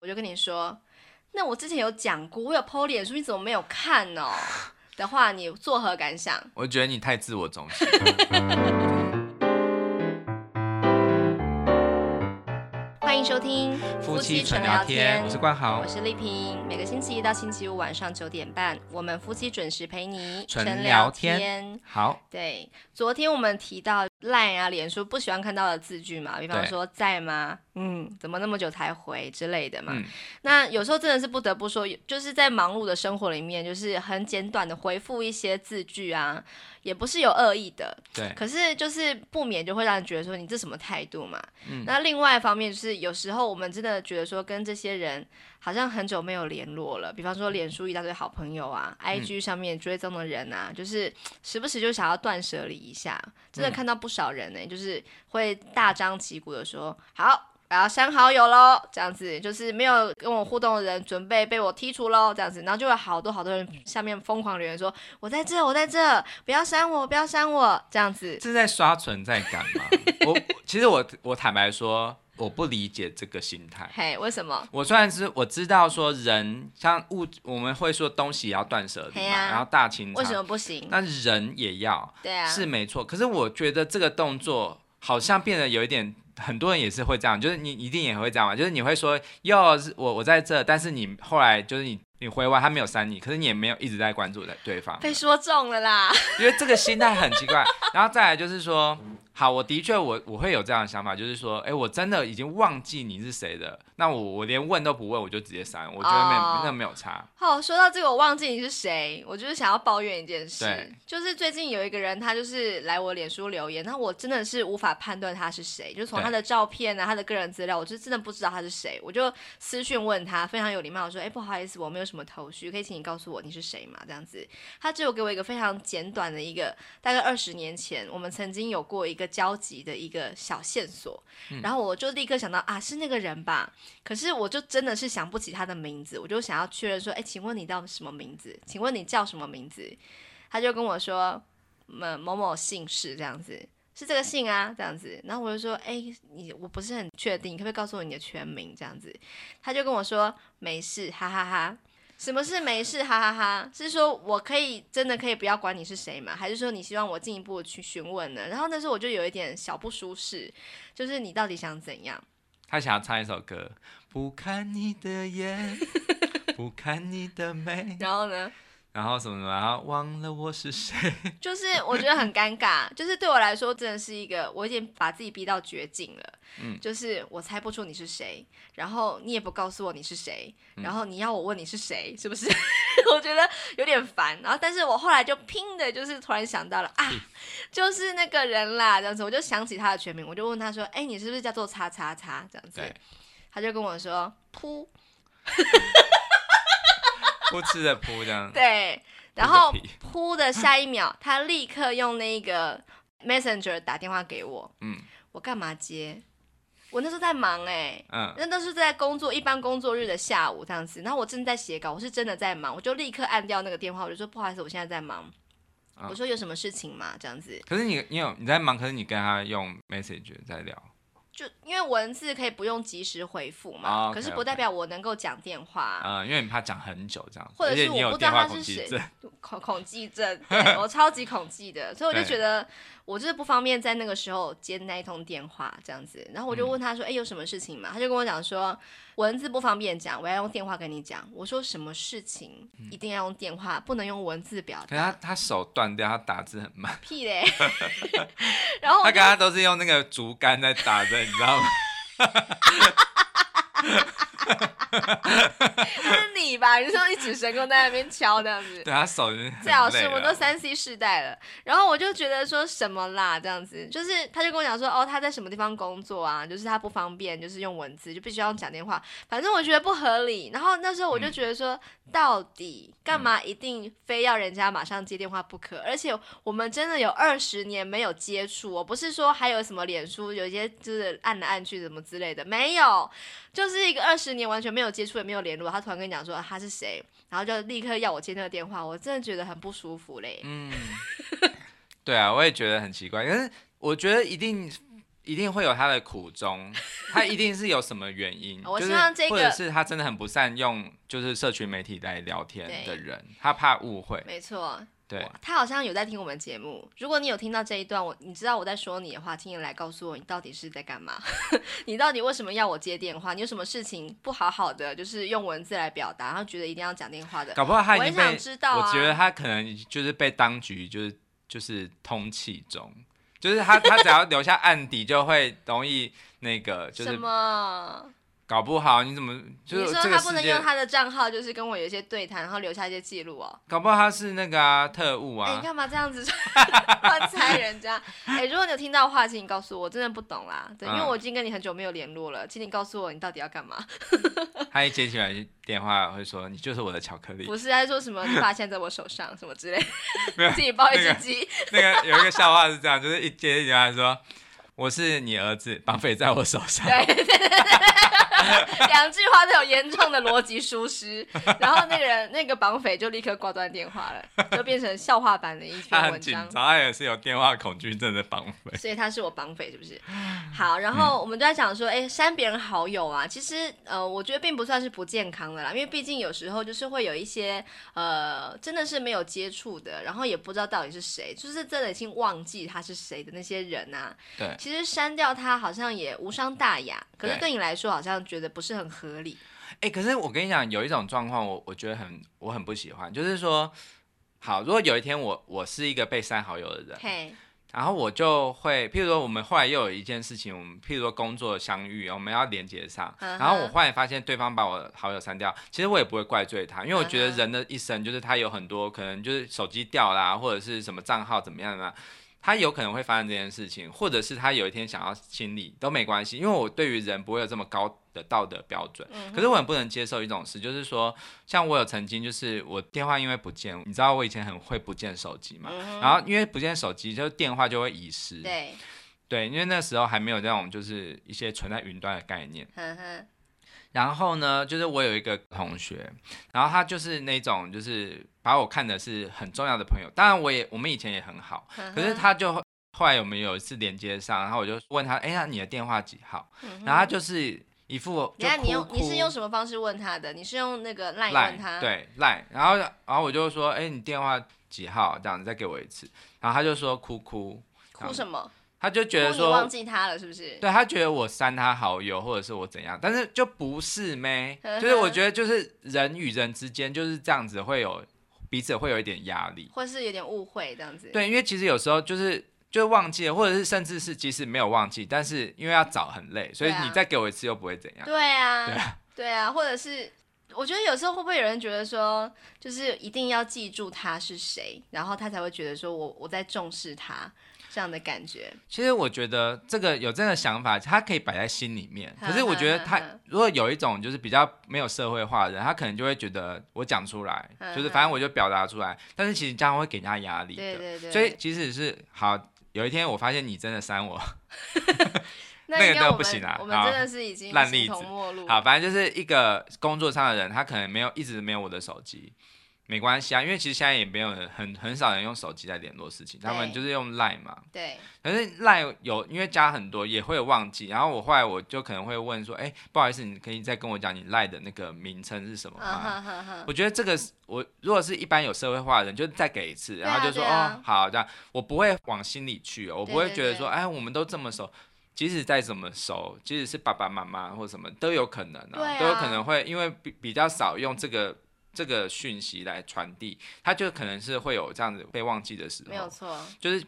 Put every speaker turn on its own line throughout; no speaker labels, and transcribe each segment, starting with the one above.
我就跟你说，那我之前有讲过，我有 PO 脸书，你怎么没有看呢、的话，你作何感想？
我觉得你太自我中 心。
欢迎收听
纯我是冠豪
我，是丽萍。每个星期一到星期五晚上九点半，我们夫妻准时陪你
纯
纯
聊
天。
好，
对，昨天我们提到 Line 啊、脸书不喜欢看到的字句嘛，比方
对
说在吗？嗯，怎么那么久才回之类的嘛。
嗯
那有时候真的是不得不说，就是在忙碌的生活里面，就是很简短的回复一些字句啊，也不是有恶意的，
对，
可是就是不免就会让人觉得说你这什么态度嘛。
嗯
那另外一方面就是有时候我们真的觉得说跟这些人好像很久没有联络了，比方
嗯
说脸书一大堆好朋友啊、i g 上面追踪的人啊，就是时不时就想要断舍离一下。真的看到不少人呢、欸就是会大张旗鼓的说好。我要删好友喽，这样子就是没有跟我互动的人准备被我剔除喽，这样子，然后就有好多好多人下面疯狂留言说，我在这，我在这，不要删我，不要删我，这样子。
是在刷存在感 吗？我其实我我坦白说，我不理解这个心态。
嘿，为什么？
我虽然知我知道说人像物，我们会说东西也要断舍离
嘿
嘛，
啊
然后大清
为什么
仓，
不行？
但人也要、
对啊，
是没错。可是我觉得这个动作好像变得有一点。很多人也是会这样，就是你一定也会这样嘛，就是你会说哟，是我我在这，但是你后来就是你你回完他没有删你，可是你也没有一直在关注在对方，
被说中了啦。
因为这个心态很奇怪。然后再来就是说，好，我的确我我会有这样的想法，就是说，哎，我真的已经忘记你是谁了，那我我连问都不问，我就直接删，我觉得没、
哦
那没有差。
哦，说到这个，我忘记你是谁，我就是想要抱怨一件事
对，
就是最近有一个人，他就是来我脸书留言，那我真的是无法判断他是谁，就从
对
他的照片啊、他的个人资料，我就真的不知道他是谁，我就私讯问他，非常有礼貌地说，哎、不好意思，我没有什么头绪，可以请你告诉我你是谁吗？这样子，他只有给我一个非常简短的一个，大概二十年前我们曾经有过一个交集的一个小线索，
嗯
然后我就立刻想到啊，是那个人吧，可是我就真的是想不起他的名字，我就想要确认说，哎，请问你叫什么名字？请问你叫什么名字？他就跟我说，某某某姓氏这样子，是这个姓啊，这样子。然后我就说，哎，你我不是很确定，你可不可以告诉我你的全名？这样子，他就跟我说没事，哈哈哈什么是没事，哈哈哈？是说我可以真的可以不要管你是谁吗？还是说你希望我进一步去询问呢？然后那时候我就有一点小不舒适，就是你到底想怎样？
他想要唱一首歌，不看你 的眼，不看你的美，
然后呢？
然后什么什么，然后忘了我 是谁。
就是我觉得很尴尬，就是对我来说真的是一个，我已经把自己逼到绝境了。
嗯
就是我猜不出你是谁，然后你也不告诉我你是谁，
嗯
然后你要我问你是谁，是不 是？我觉得有点烦。然后，但是我后来就拼的，就是突然想到了啊，
嗯
就是那个人啦，这样子，我就想起他的全名，我就问他说：“哎、你是不是叫做叉叉叉？”这样子
对，
他就跟我说：“噗，
不吃的扑这样。
对，然后
嗯屁
噗的下
嗯
一秒，他立刻用那个 Messenger 打电话给我，
嗯
我干嘛接？我那时候在忙哎、
嗯，
那都是在工作，一般工作日的下午这样子。然后我正在写稿，我是真的在忙，我就立刻按掉那个电话，我就说不好意思，我现在在忙。
啊
我说有什么事情吗？这样子，
可是你你有你在忙，可是你跟他用 message 在聊。
就因为文字可以不用及时回复嘛，
啊，OK，
可是不代表我能够讲电话啊、
嗯，因为你怕讲很久这样，
或者
而
是
且你
我
有
不知道
电话
他
恐
是
惧
谁
症，
恐恐惧 症，对我超级恐惧的，所以我就
对
觉得我就是不方便在那个时候接那一通电话这样子。然后我
嗯
就问他说：“哎、有什么事情吗？”他就跟我讲说：“文字不方便讲，我要用电话跟你讲。”我说：“什么事情
嗯
一定要用电话，不能用文字表
可是他
达？
他手断掉，他打字很慢，
屁嘞！” 然后
他
我就
刚刚都是用那个竹竿在打字，你 知道吗？
是你吧，你说一指神功在那边敲这样子。
对他手就是 很
最好
累
是我们
了
都三 C 世代了，然后我就觉得说什么啦，这样子，就是他就跟我讲说，哦，他在什么地方工作啊，就是他不方便，就是用文字，就必须要用讲电话，反正我觉得不合理。然后那时候
嗯
我就觉得说，到底干嘛一定非要人家马上接电话不可？而且我们真的有二十年没有接触，我不是说还有什么脸书有一些就是按来按去什么之类的，没有，就是一个二十年完全没有接触也没有联络，他突然跟你讲说、啊他是谁，然后就立刻要我接那个电话，我真的觉得很不舒
嗯
服嘞。。
嗯，对啊，我也觉得很奇怪，可是我觉得一定一定会有他的苦衷，他一定是有什么原因
我
就是
希望这个
或者是他真的很不善用就是社群媒体来聊天的人，他怕误会。
没错，
对，
他好像有在听我们节目。如果你有听到这一段，我你知道我在说你的话，请你来告诉我你到底是在干嘛， 你到底为什么要我接电话？你有什么事情不好好的，就是用文字来表达，然后觉得一定要讲电话的？
搞不好他
我
已
很
经
想
被，
知道啊。
我觉得他可能就是被当局就是就是通气中，就是他他只要留下案底就会容易那个，就
什
是
么？
搞不好你怎么就
你
是
说
这
他
个
不
世
能
界
用，他的账号，就是跟我有一些对谈，然后留下一些记录哦。
搞不好他是那个啊特务
哎、
啊
你，干嘛这样子 乱猜人家？哎、如果你有听到的话，请你告诉我，我真的不懂啦。对，因为
嗯
我已经跟你很久没有联络了，请你告诉我你到底要干嘛。
他一接起来电话会说你就是我的巧克力。
不是在说什么你爸现在在我手上什么之类
没有
的，自己抱一只
那个
鸡。
那个有一个笑话是这样，就是一接电话说：“我是你儿子，绑匪在我手上。
对对对对对，两句话都有严重的逻辑疏失，然后那个人那个绑匪就立刻挂断电话了，就变成笑话版的一”
他
篇
很
文
紧
章
张，。他也是有电话恐惧症的绑匪。
所以他是我绑匪，是不 是？好，然
嗯
后我们就在讲说，哎、删别人好友啊，其实呃，我觉得并不算是不健康的啦，因为毕竟有时候就是会有一些呃，真的是没有接触的，然后也不知道到底是谁，就是真的已经忘记他是谁的那些人啊，
对
其实删掉他好像也无伤大雅，可是
对
对你来说好像觉得不是很合理。
哎、可是我跟你讲，有一种状况，我我觉得很我很不喜欢，就是说，好，如果有一天我我是一个被删好友的人，
嘿，
然后我就会，譬如说我们后来又有一件事情，我们譬如说工作相遇，我们要连接上，
嗯哼
然后我忽然发现对方把我的好友删掉，其实我也不会怪罪他，因为我觉得
嗯哼
人的一生就是他有很多可能就是手机掉啦，或者是什么账号怎么样啦。他有可能会发生这件事情，或者是他有一天想要清理都没关系，因为我对于人不会有这么高的道德标准。
嗯
可是我很不能接受一种事，就是说，像我有曾经就是我电话因为不见，你知道我以前很会不见手机嘛，
嗯
然后因为不见手机，就电话就会遗失。
对，
对因为那时候还没有这种就是一些存在云端的概念。
哼哼，
然后呢，就是我有一个同学，然后他就是那种就是把我看的是很重要的朋友，当然我也我们以前也很好，
可
可是，他就后来我们有一次连接上，然后我就问他，哎、那你的电话几号？
嗯哼
然后他就是一副就
等一下你用
哭
你是用
哭
什么方式问他的？你是用那个 line
赖
问他？
对赖，然后然后我就说，哎、你电话几号？这样你再给我一次，然后他就说哭哭，
哭什么？
他就觉
哭
得
你忘
说，
记他了是不是？
对他啊觉得我删他好友或者是我怎样，但是就不是咩，
呵呵
就是我觉得就是人与人之间就是这样子会有彼此会有一点压力，
或是有点误会这样子？，
对，因为其实有时候就是。就忘记了，或者是甚至是即使没有忘记，但是因为要找很累，所以
对啊
你再给我一次又不会怎样。
对啊，
对
对啊，或者是我觉得有时候会不会有人觉得说，就是一定要记住他是谁，然后他才会觉得说我我在重视他这样的感觉。
其实我觉得这个有这样的想法，他可以摆在心里面。
呵
可是我觉得他
呵呵
如果有一种就是比较没有社会化的人，他可能就会觉得我讲出来
呵，呵
就是反正我就表达出来，但是其实这样会给人家压力
对
的。
对对，
所以即使是好，有一天我发现你真的删我，
那
那个
应该
都
我
不
们
行啊
我们
好
真的是已经
烂
形
例
同
子
陌路。
好，反正就是一个工作上的人，他可能没有一直没有我的手机。没关系啊，因为其实现在也没有人很很少人用手机来联络事情，他们
对
就是用 Line 嘛。
对，
可是赖有因为加很多也会有忘记，然后我后来我就可能会问说，哎、不好意思，你可以再跟我讲你赖的那个名称是什么
嗯
吗？
哼哼哼，
我觉得这个是我如果是一般有社会化的人，就再给一次，
啊
然后就说、
对啊
哦好这样，我不会往心里去哦，我不
对
会
对
觉得说哎我们都这么熟，即使再怎么熟，即使是爸爸妈妈或什么都有可能
对啊
都有可能会因为比比较少用这个这个讯息来传递，他就可能是会有这样子被忘记的时
没有
候，
错。
就是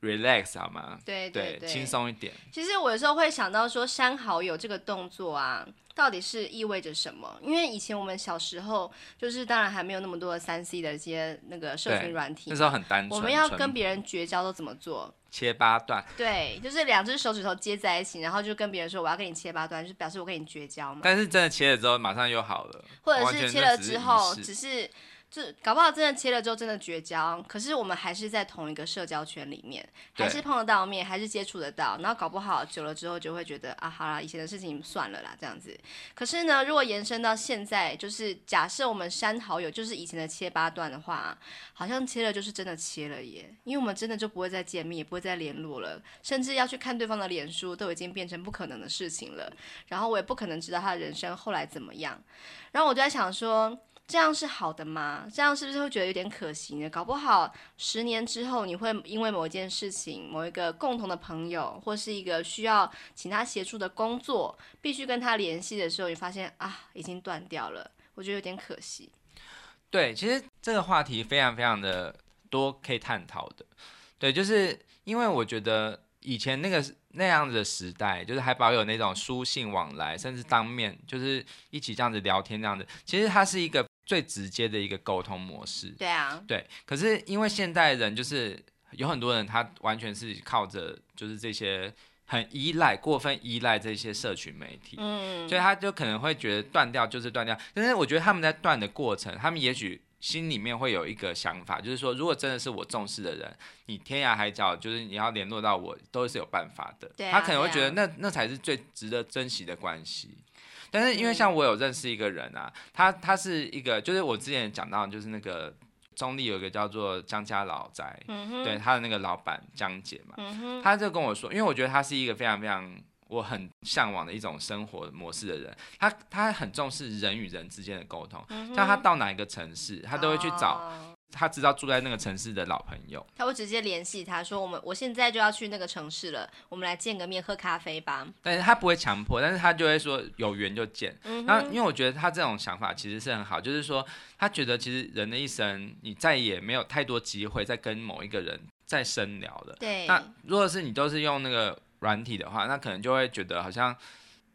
relax 好吗？
对
哦对，
对，
轻松一点。
其实我有时候会想到说，删好友这个动作啊，到底是意味着什么？因为以前我们小时候，就是当然还没有那么多的三 C 的一些那个社群
对
软体
那，时候很单纯，
我们要
纯
跟别人绝交都怎么做？
切八段，
对，就是两只手指头接在一起，然后就跟别人说我要跟你切八段，就是表示我跟你绝交嘛。
但是真的切了之后马上又好了，
或者
完全
是切
那
了
只是
之后，
仪式
只是就搞不好真的切了之后真的绝交，可是我们还是在同一个社交圈里面，
对
还是碰得到面，还是接触得到，然后搞不好久了之后就会觉得啊，好啦，以前的事情算了啦，这样子。可是呢，如果延伸到现在，就是假设我们删好友就是以前的切八段的话，好像切了就是真的切了耶，因为我们真的就不会再见面，也不会再联络了，甚至要去看对方的脸书都已经变成不可能的事情了。然后我也不可能知道他的人生后来怎么样。然后我就在想说，这样是好的吗？这样是不是会觉得有点可惜呢？搞不好十年之后，你会因为某一件事情、某一个共同的朋友，或是一个需要请他协助的工作，必须跟他联系的时候，你发现啊，已经断掉了，我觉得有点可惜。
对，其实这个话题非常非常的多可以探讨的。对，就是因为我觉得以前那个那样子的时代，就是还保有那种书信往来，甚至当面就是一起这样子聊天这样子，其实它是一个最直接的一个沟通模式。
对啊，
对，可是因为现代人就是有很多人，他完全是靠着就是这些很依赖、过分依赖这些社群媒体，
嗯
所以他就可能会觉得断掉就是断掉。但是我觉得他们在断的过程，他们也许心里面会有一个想法，就是说，如果真的是我重视的人，你天涯海角就是你要联络到我，都是有办法的。
对啊
他可能会觉得
对
那那才是最值得珍惜的关系。但是因
嗯
为像我有认识一个人啊，他他是一个，就是我之前讲到，就是那个中立有一个叫做江家老宅，
嗯哼，
对他的那个老板江姐嘛，
嗯哼，
他就跟我说，因为我觉得他是一个非常非常我很向往的一种生活模式的人，他他很重视人与人之间的沟通，
嗯哼
像他到哪一个城市，他都会去找
哦
他知道住在那个城市的老朋友。
他会直接联系他说：“我们我现在就要去那个城市了，我们来见个面喝咖啡吧。
但是他不会强迫，但是他就会说有缘就见。”
嗯
然
哼
后，因为我觉得他这种想法其实是很好，就是说他觉得其实人的一生，你再也没有太多机会再跟某一个人再深聊了。
对，
那如果是你都是用那个软体的话，那可能就会觉得好像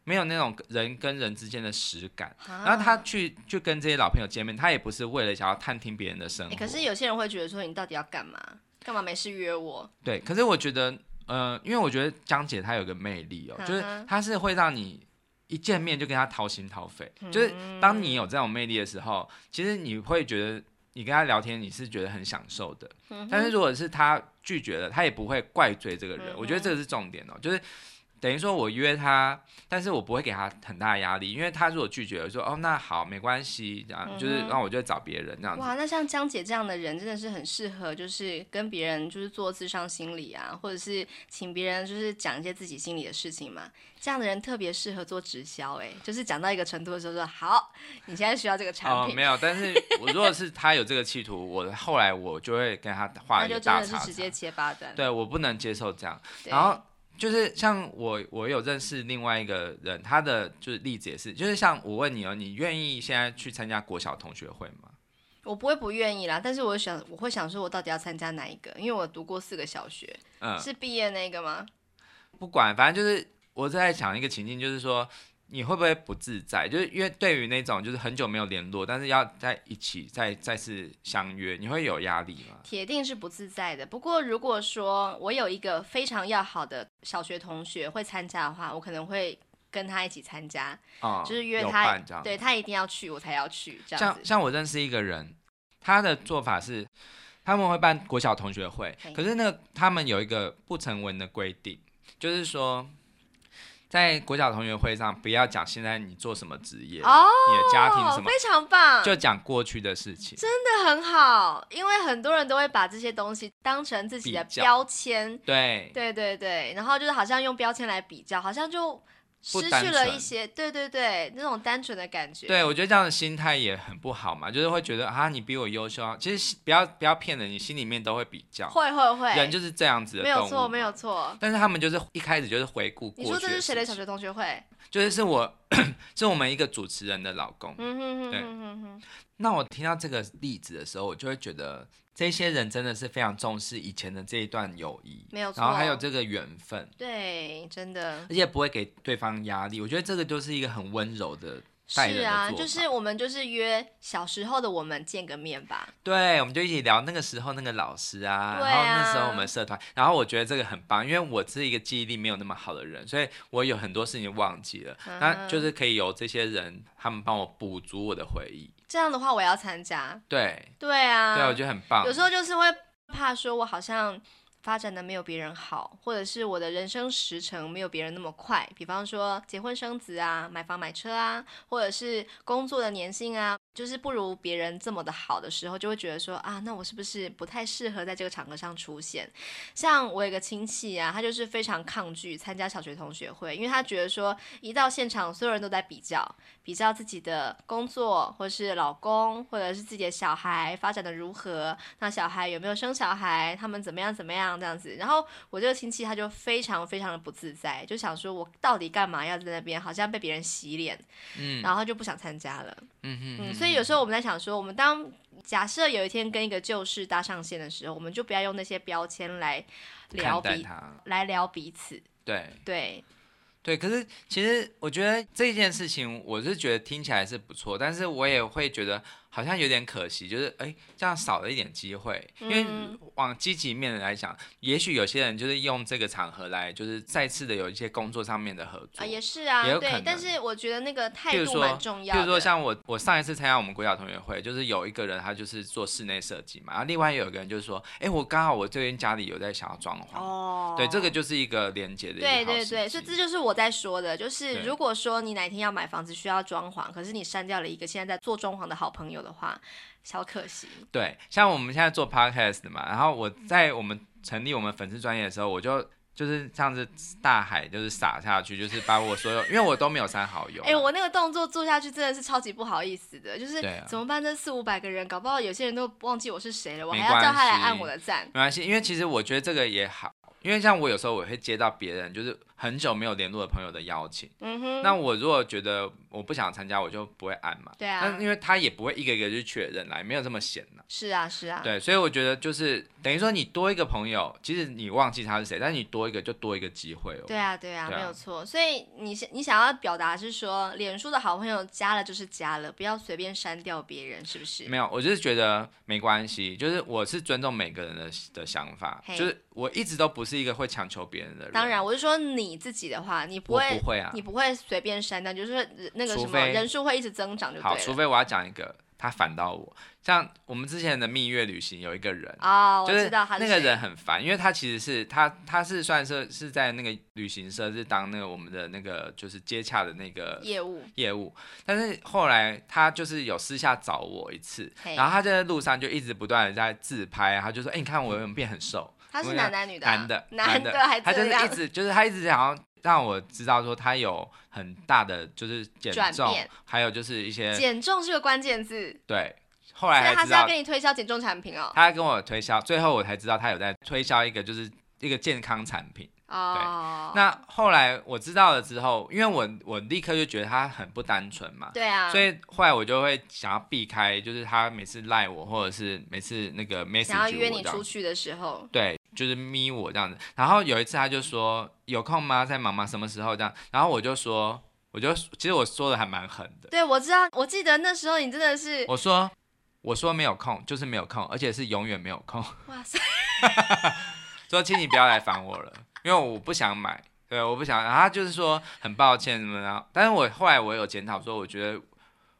没有那种人跟人之间的实感。然后他
啊
去去跟这些老朋友见面，他也不是为了想要探听别人的生活。
欸可是有些人会觉得说，你到底要干嘛？干嘛没事约我？
对，可是我觉得，呃，因为我觉得江姐她有个魅力哦，就是
嗯哼
她是会让你一见面就跟她掏心掏肺，
嗯
就是当你有这种魅力的时候，其实你会觉得你跟她聊天，你是觉得很享受的。
嗯
但是如果是她拒绝了，她也不会怪罪这个人，
嗯哼
我觉得这个是重点哦，就是。等于说，我约她，但是我不会给她很大的压力，因为她如果拒绝了，说哦那好没关系，这样、就是，
嗯哼
然后我就会找别人这样子。
哇，那像江姐这样的人，真的是很适合，就是跟别人就是做智商心理啊，或者是请别人就是讲一些自己心里的事情嘛。这样的人特别适合做直销，哎，就是讲到一个程度的时候说，好，你现在需要这个产
哦，
品，
没有，但是我如果是他有这个企图，我后来我就会跟他画
那
一
就
个
真
大
的是
叉
直接
叉。
切八段。
对我不能接受这样，
对
然后就是像我，我有认识另外一个人，他的就是例子也是，就是像我问你哦，你愿意现在去参加国小同学会吗？
我不会不愿意啦，但是我想我会想说，我到底要参加哪一个？因为我读过四个小学，
嗯，
是毕业那个吗？
不管，反正就是我在想一个情境，就是说你会不会不自在？就是因为对于那种就是很久没有联络，但是要在一起再再次相约，你会有压力吗？
铁定是不自在的。不过如果说我有一个非常要好的小学同学会参加的话，我可能会跟他一起参加，
啊、
就是约
有
他
伴这样，
对他一定要去，我才要去这样
像
子。
像我认识一个人，他的做法是他们会办国小同学会
嘿，
可是那个他们有一个不成文的规定，就是说。在国小同学会上，不要讲现在你做什么职业，
哦
你的家庭什么，
非常棒，
就
真
讲过去的事情。
的很好，因为很多人都会把这些东西当成自己的
比较
标签，
对，
对对对，然后就是好像用标签来比较，好像就
不
失
单
去了
纯
一些，对对对，那种单纯的感觉。
对我觉得这样的心态也很不好嘛，就是会觉得啊，你比我优秀啊。其实不要不要骗人，你心里面都会比较，
会会会，
人就是这样子的
没
动
有
物。
错，没有。错。
但是他们就是一开始就是回顾
你
过去
说这是
事
谁的
情
小学同学会？
就是是我 是我们一个主持人的老公。
嗯哼哼
对
哼哼哼，
那我听到这个例子的时候，我就会觉得这些人真的是非常重视以前的这一段友谊，
没有错
然后还有这个缘分，
对，真的
而且不会给对方压力。我觉得这个就是一个很温柔的代人
是
的
啊，
做
就是我们就是约小时候的我们见个面吧。
对，我们就一起聊那个时候那个老师啊，
对
然后那时候
啊
我们社团，然后我觉得这个很棒，因为我是一个记忆力没有那么好的人，所以我有很多事情忘记了，那就
嗯哼
是可以有这些人他们帮我补足我的回忆。
这样的话，我要参加。
对，
对啊，
对，我觉得很棒
有。时候就是会怕说，我好像发展的没有别人好，或者是我的人生时程没有别人那么快。比方说结婚生子啊，买房买车啊，或者是工作的年薪啊，就是不如别人这么的好的时候，就会觉得说啊，那我是不是不太适合在这个场合上出现？像我有个亲戚啊，他就是非常抗拒参加小学同学会，因为他觉得说一到现场，所有人都在比较，比较自己的工作，或是老公，或者是自己的小孩发展的如何，那小孩有没有生小孩，他们怎么样怎么样这样子。然后我这个亲戚他就非常非常的不自在，就想说我到底干嘛要在那边，好像被别人洗脸，
嗯
然后就不想参加了。
嗯哼
嗯，所以有时候我们在想说，我们当假设有一天跟一个旧事搭上线的时候，我们就不要用那些标签来聊
看待
彼
他，
来聊彼此，
对
对，
对。可是其实我觉得这件事情，我是觉得听起来是不错，但是我也会觉得好像有点可惜，就是哎这样少了一点机会。因为
嗯
往积极面来讲，也许有些人就是用这个场合来，就是再次的有一些工作上面的合作。
啊，也
比
是
也
啊，
有可
对
能，
但是我觉得那个
譬
态
如
度
说
蛮重要的。
如说像我，我上一次参加我们国小同学会，就是有一个人他就是做室内设计嘛，然后另外有一个人就是说，哎、我刚好我这边家里有在想要装潢，
哦，
对，这个就是一个连接的一个
对
好
对
时
对，
机
所以这就是我在说的，就是
对
如果说你哪一天要买房子需要装潢，可是你删掉了一个现在在做装潢的好朋友的话，小可惜。
对，像我们现在做 podcast 的嘛，然后我在我们成立我们粉丝专业的时候，我就。就是像是大海，就是撒下去，就是把我所有，因为我都没有删好友嘛。啊
哎、我那个动作做下去真的是超级不好意思的，就是
对啊
怎么办？这四五百个人，搞不好有些人都忘记我是谁了，我
没
还要叫他来
关系
按我的赞。
没关系，因为其实我觉得这个也好，因为像我有时候我会接到别人就是很久没有联络的朋友的邀请，
嗯哼，
那我如果觉得我不想参加，我就不会按嘛。
对啊
但因为他也不会一个一个去确认来，没有这么闲呐、
是啊是啊，
对，所以我觉得就是等于说你多一个朋友，其实你忘记他是谁，但你多一个就多一个机会哦。
对啊，对啊，
对啊
没有错。所以你想你想要表达是说，脸书的好朋友加了就是加了，不要随便删掉别人，是不是？
没有，我就是觉得没关系，就是我是尊重每个人的的想法，
嘿
就是我一直都不是一个会强求别人的人。
当，然，我是说你自己的话，你不
我
会，
不会啊
你。不会随便删掉，就是说那个
除
什么
非
人数会一直增长就对
好，
了。
除非我要讲一个他反倒我，像我们之前的蜜月旅行有一个人，
啊、我
就是
知道他是
那个
谁
人很烦，因为他其实是他他是算是是在那个旅行社是当那个我们的那个就是接洽的那个
业 务，
业务，但是后来他就是有私下找我一次，
嘿
然后他就在路上就一直不断的在自拍啊，他就说：“哎、你看我有没有变很瘦？”
他是
我跟
男男女
你
的啊、
男的，
男
的，
还
他就
这
是
样
一直就是他一直想要让我知道说他有很大的就是减
转
重
变，
还有就是一些
减重是个关键字，
对，后
所
来
以
还
他
哎知
是要
道
跟你推销减重产品哦。
他跟我推销，最后我才知道他有在推销一个就是一个健康产品。
哦，
那后来我知道了之后，因为我我立刻就觉得他很不单纯嘛，
对啊，
所以后来我就会想要避开，就是他每次赖我，或者是每次那个 message
想要约
我
你
这样
出去的时候，
对，就是咪我这样子。然后有一次他就说有空吗？在忙吗？什么时候这样？然后我就说，我就其实我说的还蛮狠的，
对我知道，我记得那时候你真的是
我说我说没有空，就是没有空，而且是永远没有空。
哇塞，
说请你不要来烦我了，因为我不想买，对，我不想。然后他就是说很抱歉什么的，然后但是我后来我有检讨说，我觉得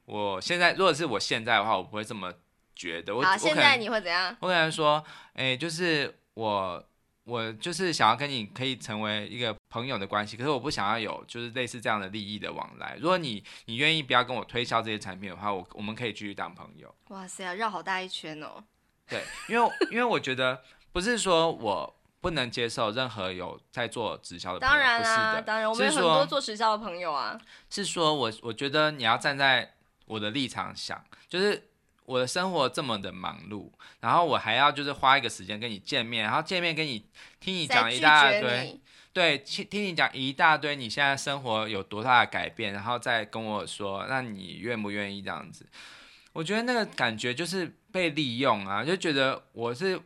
我现在如果是我现在的话，我不会这么觉得。我
好，
我可
现在
能
你会怎样？
我可能说，哎、就是我我就是想要跟你可以成为一个朋友的关系，可是我不想要有就是类似这样的利益的往来。如果你你愿意不要跟我推销这些产品的话，我我们可以继续当朋友。
哇塞，绕好大一圈哦。
对，因为因为我觉得不是说我不能接受任何有在做直销的朋友，
当然啦、
呃不是的，
当然，我们有
是
很
说
多做时效的朋友啊。
是说我我觉得你要站在我的立场想，就是。我的生活这么的忙碌，然后我还要就是花一个时间跟你见面，然后见面跟你听你
在
讲
拒
一大
绝
堆，
你，
对，听听你讲一大堆，你现在生活有多大的改变，然后再跟我说，那你愿不愿意这样子？我觉得那个感觉就是被利用啊，就觉得我是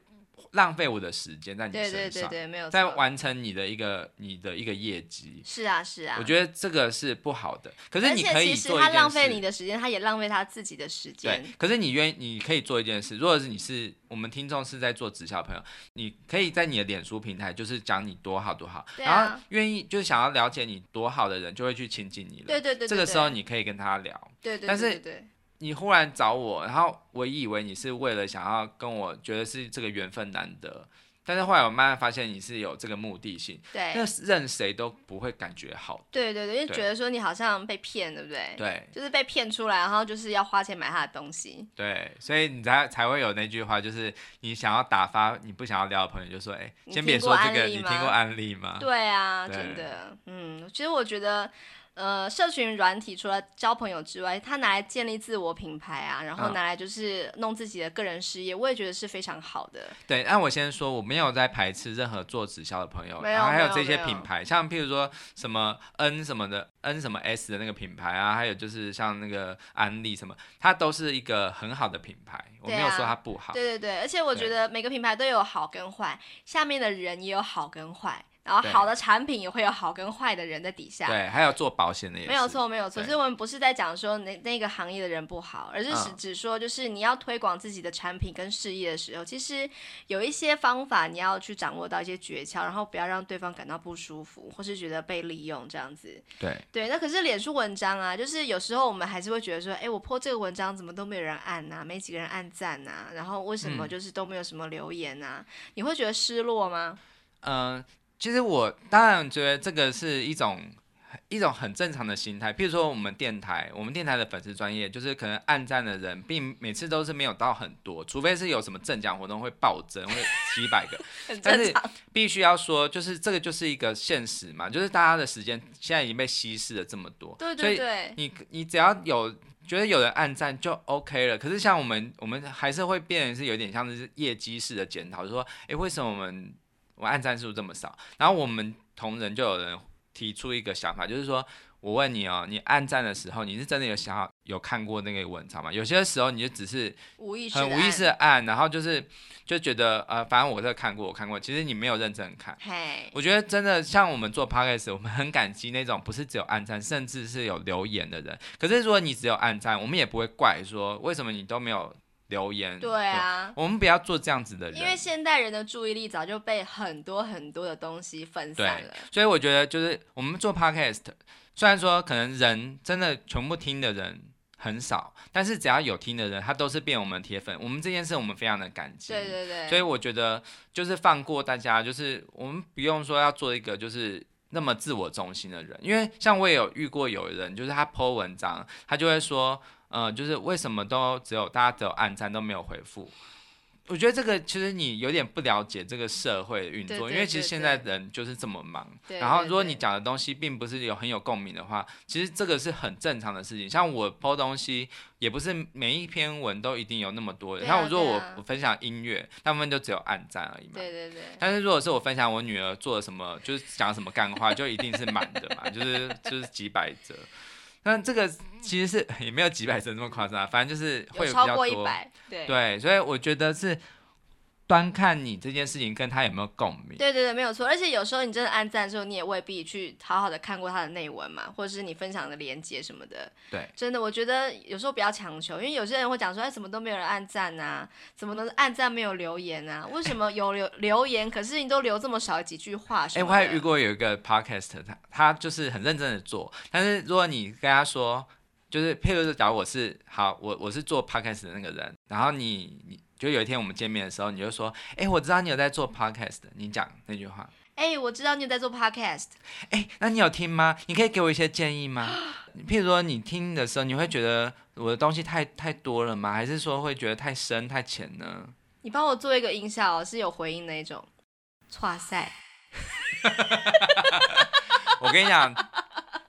浪费我的时间在你身
对
上，
对对对，没有
在
错
完成你的一个你的一个业绩。
是啊是啊，
我
得。
觉得这个是不好的，可是
而
你
且
可以
其实
做一
他
件事。
浪费你的时间，他也浪费他自己的时间
对。，可是你愿你可以做一件事，如果是你是我们听众是在做直销的朋友，你可以在你的脸书平台就是讲你多好多好，
对啊
然后愿意就是想要了解你多好的人就会去亲近你了。
对对对对
这个
对
时候你可以跟他聊。
对对，
但
对
是
对对
你忽然找我，然后我以为你是为了想要跟我觉得是这个缘分难得，但是后来我慢慢发现你是有这个目的性，
对
那任谁都不会感觉好。
对对对，因为
对
觉得说你好像被骗，对不对？，
对
就是被骗出来，然后就是要花钱买他的东西。
对，所以你才才会有那句话，就是你想要打发你不想要聊的朋友，就说：“哎、
你
先
听
别
过
说
案
这个，
例
你听
吗
过案例吗？”
对啊，
对
真的，嗯，其实我觉得，呃，社群软体除了交朋友之外，它拿来建立自我品牌啊，然后
嗯
拿来就是弄自己的个人事业，我也觉得是非常好的。
对，那我先说，我没有在排斥任何做直销的朋友，
没有
然后还
没有
这些
没有
品牌，像譬如说什么 N 什么的，N 什么 S 的那个品牌啊，还有就是像那个安利什么，它都是一个很好的品牌，我
对
没有
啊
说它不好。
对对对，而且我觉得每个品牌都有好跟坏，下面的人也有好跟坏，然后
对
好的产品也会有好跟坏的人在底下。
对，还有做保险的也是
没有，错，没有错，
对
所以我们不是在讲说那那个行业的人不好，而是
嗯
指指说就是你要推广自己的产品跟事业的时候，其实有一些方法你要去掌握到一些诀窍，然后不要让对方感到不舒服，或是觉得被利用这样子。
对
对，那可是脸书文章啊，就是有时候我们还是会觉得说，哎，我 po 这个文章怎么都没有人按呐、没几个人按赞呐、然后为什么
嗯
就是都没有什么留言呐、你会觉得失落吗？
嗯、其实我当然觉得这个是一种。一种很正常的心态，譬如说我们电台，我们电台的粉丝专业，就是可能暗赞的人，并每次都是没有到很多，除非是有什么正奖活动会暴增，会几百个，
很
但
正
是
常，
必须要说，就是这个就是一个现实嘛，就是大家的时间现在已经被稀释了这么 多，
对对
所以
对，
你你只要有觉得有人暗赞就 OK 了。可是像我们，我们还是会变成是有点像是业绩式的检讨，就说，诶，为什么我们我暗赞数这么少？然后我们同仁就有人提出一个想法，就是说。我问你哦，你暗赞的时候，你是真的有想要有看过那个文章吗？有些时候你就只是
无意识，
很无意识，的按，然后就是就觉得呃，反正我这看过，我看过，其实你没有认真看。
嘿，
我觉得真的像我们做 podcast，我们很感激那种不是只有按赞，甚至是有留言的人。可是如果你只有按赞，我们也不会怪说为什么你都没有留言。
对啊。
对，我们不要做这样子的人。
因为现代人的注意力早就被很多很多的东西分散
对
了。，
所以我觉得就是我们做 podcast，虽然说可能人真的全部听的人很少，但是只要有听的人，他都是变我们的铁粉。我们这件事我们非常的感激。
对对对，
所以我觉得就是放过大家，就是我们不用说要做一个就是那么自我中心的人，因为像我也有遇过有人，就是他 po 文章，他就会说，呃，就是为什么都只有大家只有按赞都没有回复。我觉得这个其实你有点不了解这个社会运作，
对对
因为其
对
实现
对
在人就是这么忙。
对
然后
对
如果你
对
讲的东西并不是有很有共鸣的话，其实这个是很正常的事情。像我 po 东西，也不是每一篇文都一定有那么多人。
对啊
像我如果
对
我、
啊
我分享音乐，大部分就只有按赞而已嘛。
对对对，
但是如果是我分享我女儿做了什么，就是讲什么干话，就一定是满的嘛，就是就是几百折。那这个其实是 也没有几百折那么夸张啊，反正就是会
有
比
超
较
过一
多。
百，对
对，所以我觉得是端看你这件事情跟他有没有共鸣。
对对对，没有错。而且有时候你真的按赞的时候，你也未必去好好的看过它的内文嘛，或者是你分享的链接什么的。
对，
真的，我觉得有时候不要强求，因为有些人会讲说，哎，怎么都没有人按赞啊，怎么都是按赞没有留言啊？为什么有留留言，可是你都留这么少几句话什
哎、
么
我
的？
还有遇过有一个 podcast，他他就是很认真的做，但是如果你跟他说，就是譬如说，假如我是好，我我是做 podcast 的那个人，然后你你就有一天我们见面的时候，你就说，哎、我知道你有在做 podcast，你讲那句话，
哎，我知道你有在做 podcast，
哎、那你有听吗？你可以给我一些建议吗？ 譬如说，你听的时候，你会觉得我的东西太太多了吗？还是说会觉得太深太浅呢？
你帮我做一个音效、哦，是有回音那一种。哇塞，
我跟你讲，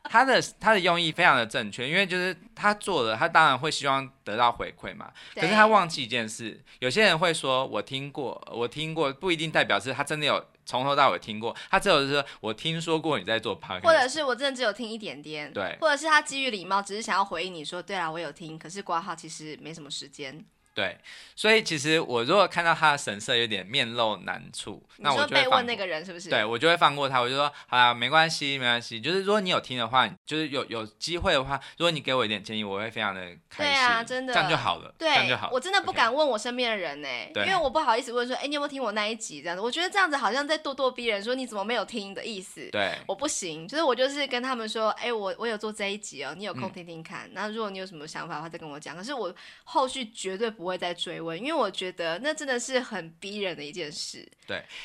他的他的用意非常的正确，因为就是他做了，他当然会希望得到回馈嘛。可是
对
他忘记一件事，有些人会说我听过，我听过，不一定代表是他真的有从头到尾听过，他只有是说我听说过你在做 p o d
或者是我真的只有听一点点，
对
或者是他基于礼貌，只是想要回应你说，对啦，我有听，可是挂号其实没什么时间，
对，所以其实我如果看到他的神色有点面露难处，
你
那我
说
就会
被
放
问
过
那个人是不是？
对，我就会放过他，我就说好啦，没关系，没关系。就是如果你有听的话，就是有有机会的话，如果你给我一点建议，我会非常的开心。
对啊真的
这样就好了，这样就
对
好，了。
我真的不
OK
敢问我身边的人呢、
对
因为我不好意思问说，哎、你有没有听我那一集这样子？我觉得这样子好像在咄咄逼人，说你怎么没有听的意思。
对
我不行，就是我就是跟他们说，哎、我我有做这一集哦，你有空
嗯
听听看。那、如果你有什么想法的话，再跟我讲。可是我后续绝对不会再追问，因为我觉得那真的是很逼人的一件事。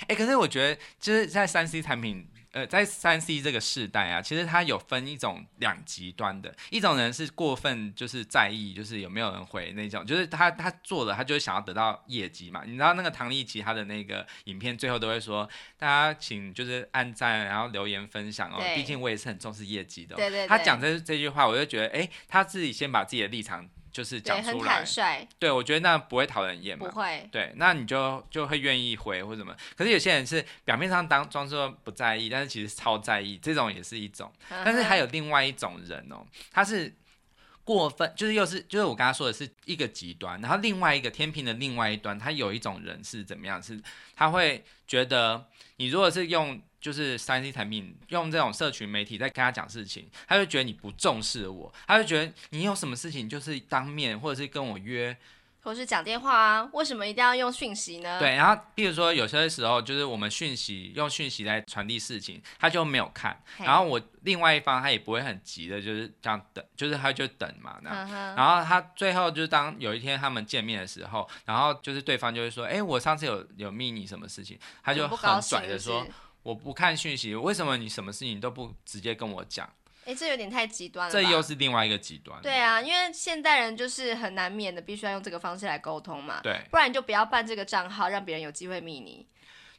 哎、可是我觉得就是在三 C 产品，呃，在三 C 这个世代啊，其实它有分一种两极端的，一种人是过分就是在意，就是有没有人回那种，就是他他做了，他就是想要得到业绩嘛。你知道那个唐丽琪她的那个影片最后都会说，大家请就是按赞，然后留言分享哦，
对
毕竟我也是很重视业绩的、哦。
对对对
他讲这这句话，我就觉得，哎、他自己先把自己的立场就是
对，
讲
很
出来
坦，率，
对我觉得那不会讨人厌嘛
不。会。
对，那你就就会愿意回或什么。可是有些人是表面上当装作不在意，但是其实超在意，这种也是一
嗯
种。但是还
有
有另外一种人哦，他是过分，就是又是就是我刚刚说的是一个极端，然后另外一个天平的另外一端，他有一种人是怎么样？是他会觉得你如果是用。就是三 C 产品用这种社群媒体在跟他讲事情，他就觉得你不重视我，他就觉得你有什么事情就是当面或者是跟我约，
或是讲电话啊，为什么一定要用讯息呢？
对，然后比如说有些时候就是我们讯息用讯息来传递事情，他就没有看，
嘿，
然后我另外一方他也不会很急的，就是这样等，就是他就等嘛，那样。
嗯哼，
然后他最后就是当有一天他们见面的时候，然后就是对方就会说，哎、我上次有有密你什么事情，他就
很不高
很
兴
拽的
是不
说
是，
我不看讯息，为什么你什么事情都不直接跟我讲？
哎、这有点太极端了吧。
这又是另外一个极端。
对啊，因为现代人就是很难免的，必须要用这个方式来沟通嘛。
对，
不然你就不要办这个账号，让别人有机会密你。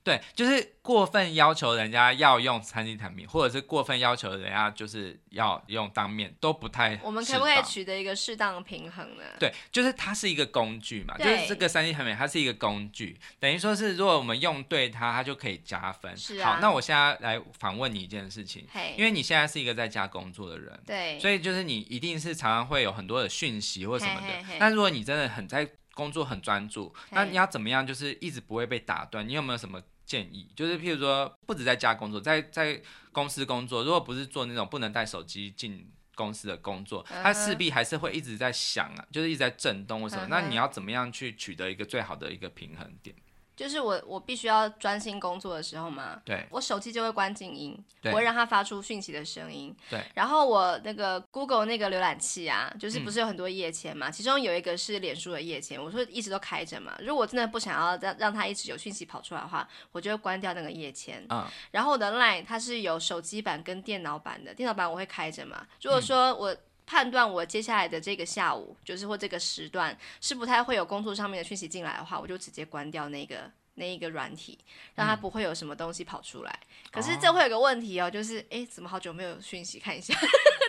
对，就是过分要求人家要用餐厅产品，或者是过分要求人家就是要用当面，都不太
我们
适
可不可以
当
取得一个适当的平衡呢？
对，就是它是一个工具嘛，就
对
是这个三 D 产品，它是一个工具，等于说是如果我们用对它，它就可以加分。
是啊
好，那我现在来反问你一件事情，
嘿，
因为你现在是一个在家工作的人，
对，
所以就是你一定是常常会有很多的讯息或什么
嘿嘿嘿
的。那如果你真的很在工作很专注，那
嘿
你要怎么样就是一直不会被打断？你有没有什么建议？就是譬如说，不止在家工作，在在公司工作，如果不是做那种不能带手机进。公司的工作，它
嗯哼
势必还是会一直在响啊，就是一直在震动或什么。
嗯哼
那你要怎么样去取得一个最好的一个平衡点？
就是我我必须要专心工作的时候嘛，
对
我手机就会关静音，
对
我会让它发出讯息的声音。
对，
然后我那个 Google 那个浏览器啊，
嗯
就是不是有很多页签嘛？其中有一个是脸书的页签，我说一直都开着嘛。如果真的不想要让让它一直有讯息跑出来的话，我就会关掉那个页签。
嗯，
然后我的 Line 它是有手机版跟电脑版的，电脑版我会开着
嗯
嘛。如果说我判断我接下来的这个下午，就是或这个时段是不太会有工作上面的讯息进来的话，我就直接关掉那个那一个软体，让
嗯
它不会有什么东西跑出来。可是这会有个问题哦，就是诶，怎么好久没有讯息看一下，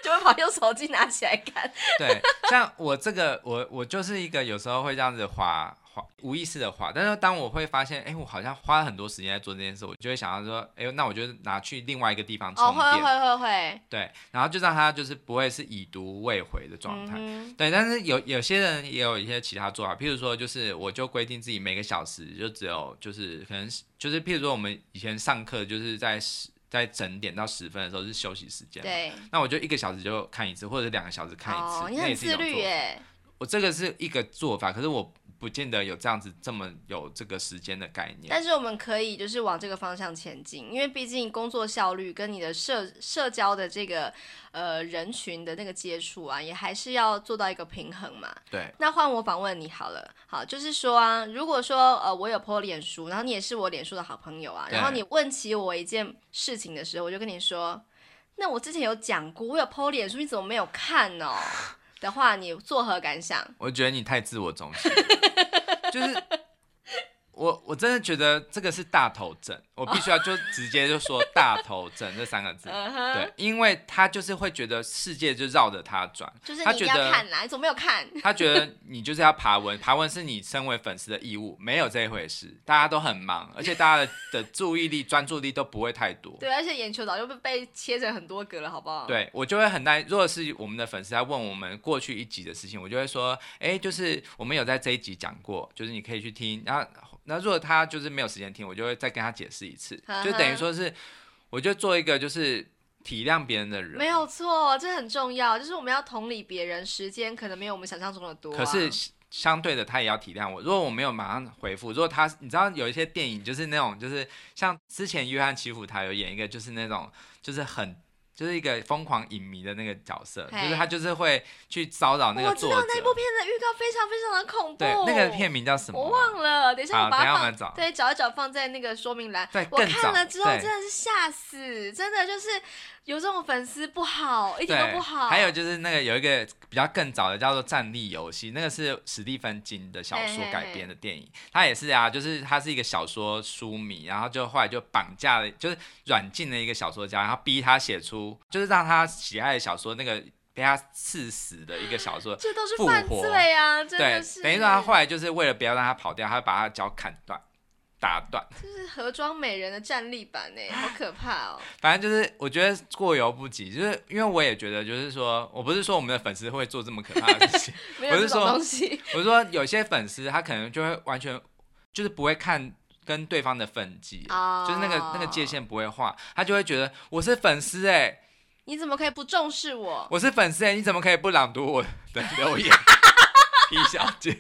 就会跑用手机拿起来看。
对，像我这个，我我就是一个有时候会这样子滑滑，无意识的滑。但是当我会发现，哎、我好像花了很多时间在做这件事，我就会想要说，哎、那我就拿去另外一个地方
哦，
充
会
电，
会会会，
对，然后就让它就是不会是已读未回的状态。
嗯哼，
对，但是有有些人也有一些其他做法，譬如说，就是我就规定自己每个小时就只有，就是可能是就是譬如说我们以前上课就是在十在整点到十分的时候是休息时间嘛，
对，
那我就一个小时就看一次，或者是两个小时看一次，
哦，你
那
很
也是一
自
种
律
做法
耶，
我这个是一个做法，可是我不见得有这样子这么有这个时间的概念。
但是我们可以就是往这个方向前进，因为毕竟工作效率跟你的社社交的这个呃人群的那个接触啊，也还是要做到一个平衡嘛。
对，
那换我访问你好了，好，就是说啊，如果说呃我有 po 脸书，然后你也是我脸书的好朋友啊，
对
然后你问起我一件事情的时候，我就跟你说，那我之前有讲过，我有 po 脸书，你怎么没有看哦？ 的话，你作何感想？
我觉得你太自我中心了，就是。我我真的觉得这个是大头症，我必须要就直接就说大头症这三个 字。
嗯哼，
对，因为他就是会觉得世界就绕着他转，
就是
他
你一定
觉
要
得
看啊啦，你怎么没有看？
他觉得你就是要爬文，爬文是你身为粉丝的义务，没有这一回事。大家都很忙，而且大家的的注意力、专注力都不会太多。
对，而且眼球早就被被切成很多格了，好不好？，，
对我就会很担，如果是我们的粉丝在问我们过去一集的事情，我就会说，哎，就是我们有在这一集讲过，就是你可以去听。然后，那如果他就是没有时间听，我就会再跟他解释一次就等于说是，我就做一个就是体谅别人的人
没。有啊错，这很重要，就是我们要同理别人，时间可能没有我们想象中的多啊、
可是相对的，他也要体谅我。如果我没有马上回复，如果他你知道有一些电影就是那种就是像之前约翰·奇普他有演一个就是那种就是很。就是一个疯狂影迷的那个角色，
嘿哦
就是他就是会去骚扰那
我
个
知
作
道
者。
那部片的预告非常非常的恐怖，
对，那个片名叫什么啊？
我忘了，等一下
好
我把
等一
它
下我
放
们找
对找一找放在那个说明栏。
对，
我
更早
看了之后
对
真的是吓死，真的就是有这种粉丝不好，一点
对，
都不好。
还有就是那个有一个比较更早的叫做《战力游戏》，那个是史蒂芬金的小说改编的电影，他也是啊，就是他是一个小说书迷，然后就后来就绑架了，就是软禁了一个小说家，然后逼他写出，就是让他喜爱的小说那个被他刺死的一个小说。
这都是
复
犯
活
罪啊，真
对
的是。，
等于说他后来就是为了不要让他跑掉，他把他脚砍断、打断。
就是盒装美人的战力版哎，好可怕哦！
反正就是我觉得过犹不及，就是因为我也觉得，就是说我不是说我们的粉丝会做这么可怕的 事情，
没有
我
这
是
种
说
东西，
我是说有些粉丝他可能就会完全就是不会看跟对方的分际，
啊
就是那个那个界。限不会画，他就会觉得我是粉丝哎、
你怎么可以不重视我？
我是粉丝哎、你怎么可以不朗读我的留言？ 一小姐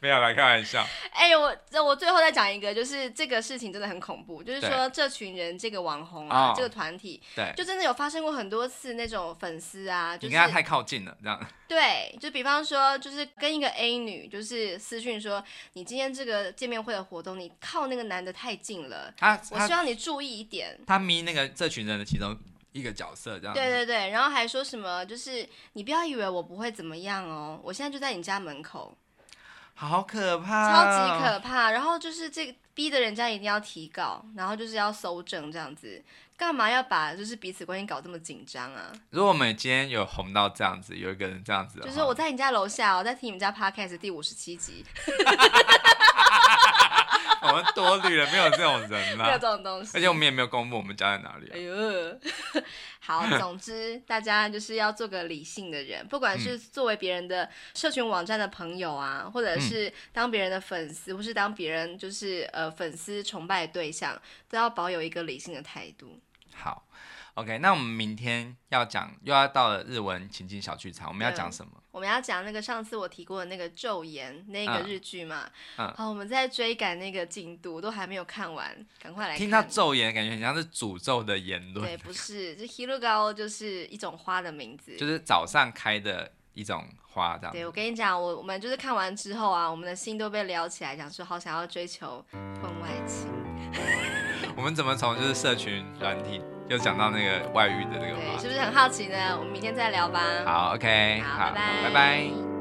没有啦，开玩笑，
哎、我这我最后再讲一个，就是这个事情真的很恐怖，就是说这群人这个网红啊，
哦
这个团体，
对
就真的有发生过很多次那种粉丝啊，就
你
是
跟他太靠近了，这样
对，就比方说，就是跟一个 A 女，就是私讯说，你今天这个见面会的活动，你靠那个男的太近了，
他
我希
他
望你注意一点。
他迷那个这群人的其中一个角色这样，
对对对，然后还说什么，就是你不要以为我不会怎么样哦，我现在就在你家门口，
好可怕，
超级可怕。然后就是这个逼得人家一定要提告，然后就是要搜证这样子，干嘛要把就是彼此关系搞这么紧张啊？
如果我们今天有红到这样子，有一个人这样子的
就
话，
是我在你家楼下、哦，我在听你们家 podcast 第五十七集，
我们多虑了，没有这种人
没有
啦
这。种东西。
啊而且我们也没有公布我们家在哪里啊、
哎呦， 好， 总之大家就是要做个理性的人，不管
嗯
是作为别人的社群网站的朋友啊，或者是
嗯
当别人的粉丝，或是当别人就是呃粉丝崇拜的对象，都要保有一个理性的态度。
好，OK，那我们明天要讲，又要到了日文情景小剧场，我们要
对
讲什么？
我们要讲那个上次我提过的那个《昼颜》那个
嗯
日剧嘛，
嗯
好，我们在追赶那个进度，都还没有看完，赶快来看。
听到咒言，感觉很像是诅咒的言
对，
论，
不是，这 Hirugao 就是一种花的名字，
就是早上开的一种花这样
对，我
子。
跟你讲，我我们就是看完之后啊，我们的心都被撩起来，想说好想要追求婚外情。
我们怎么从就是社群软体又讲到那个外遇的这个
对，
话
是？不是很好奇呢？我们明天再聊吧。
好，OK，
好
好，
拜拜
拜拜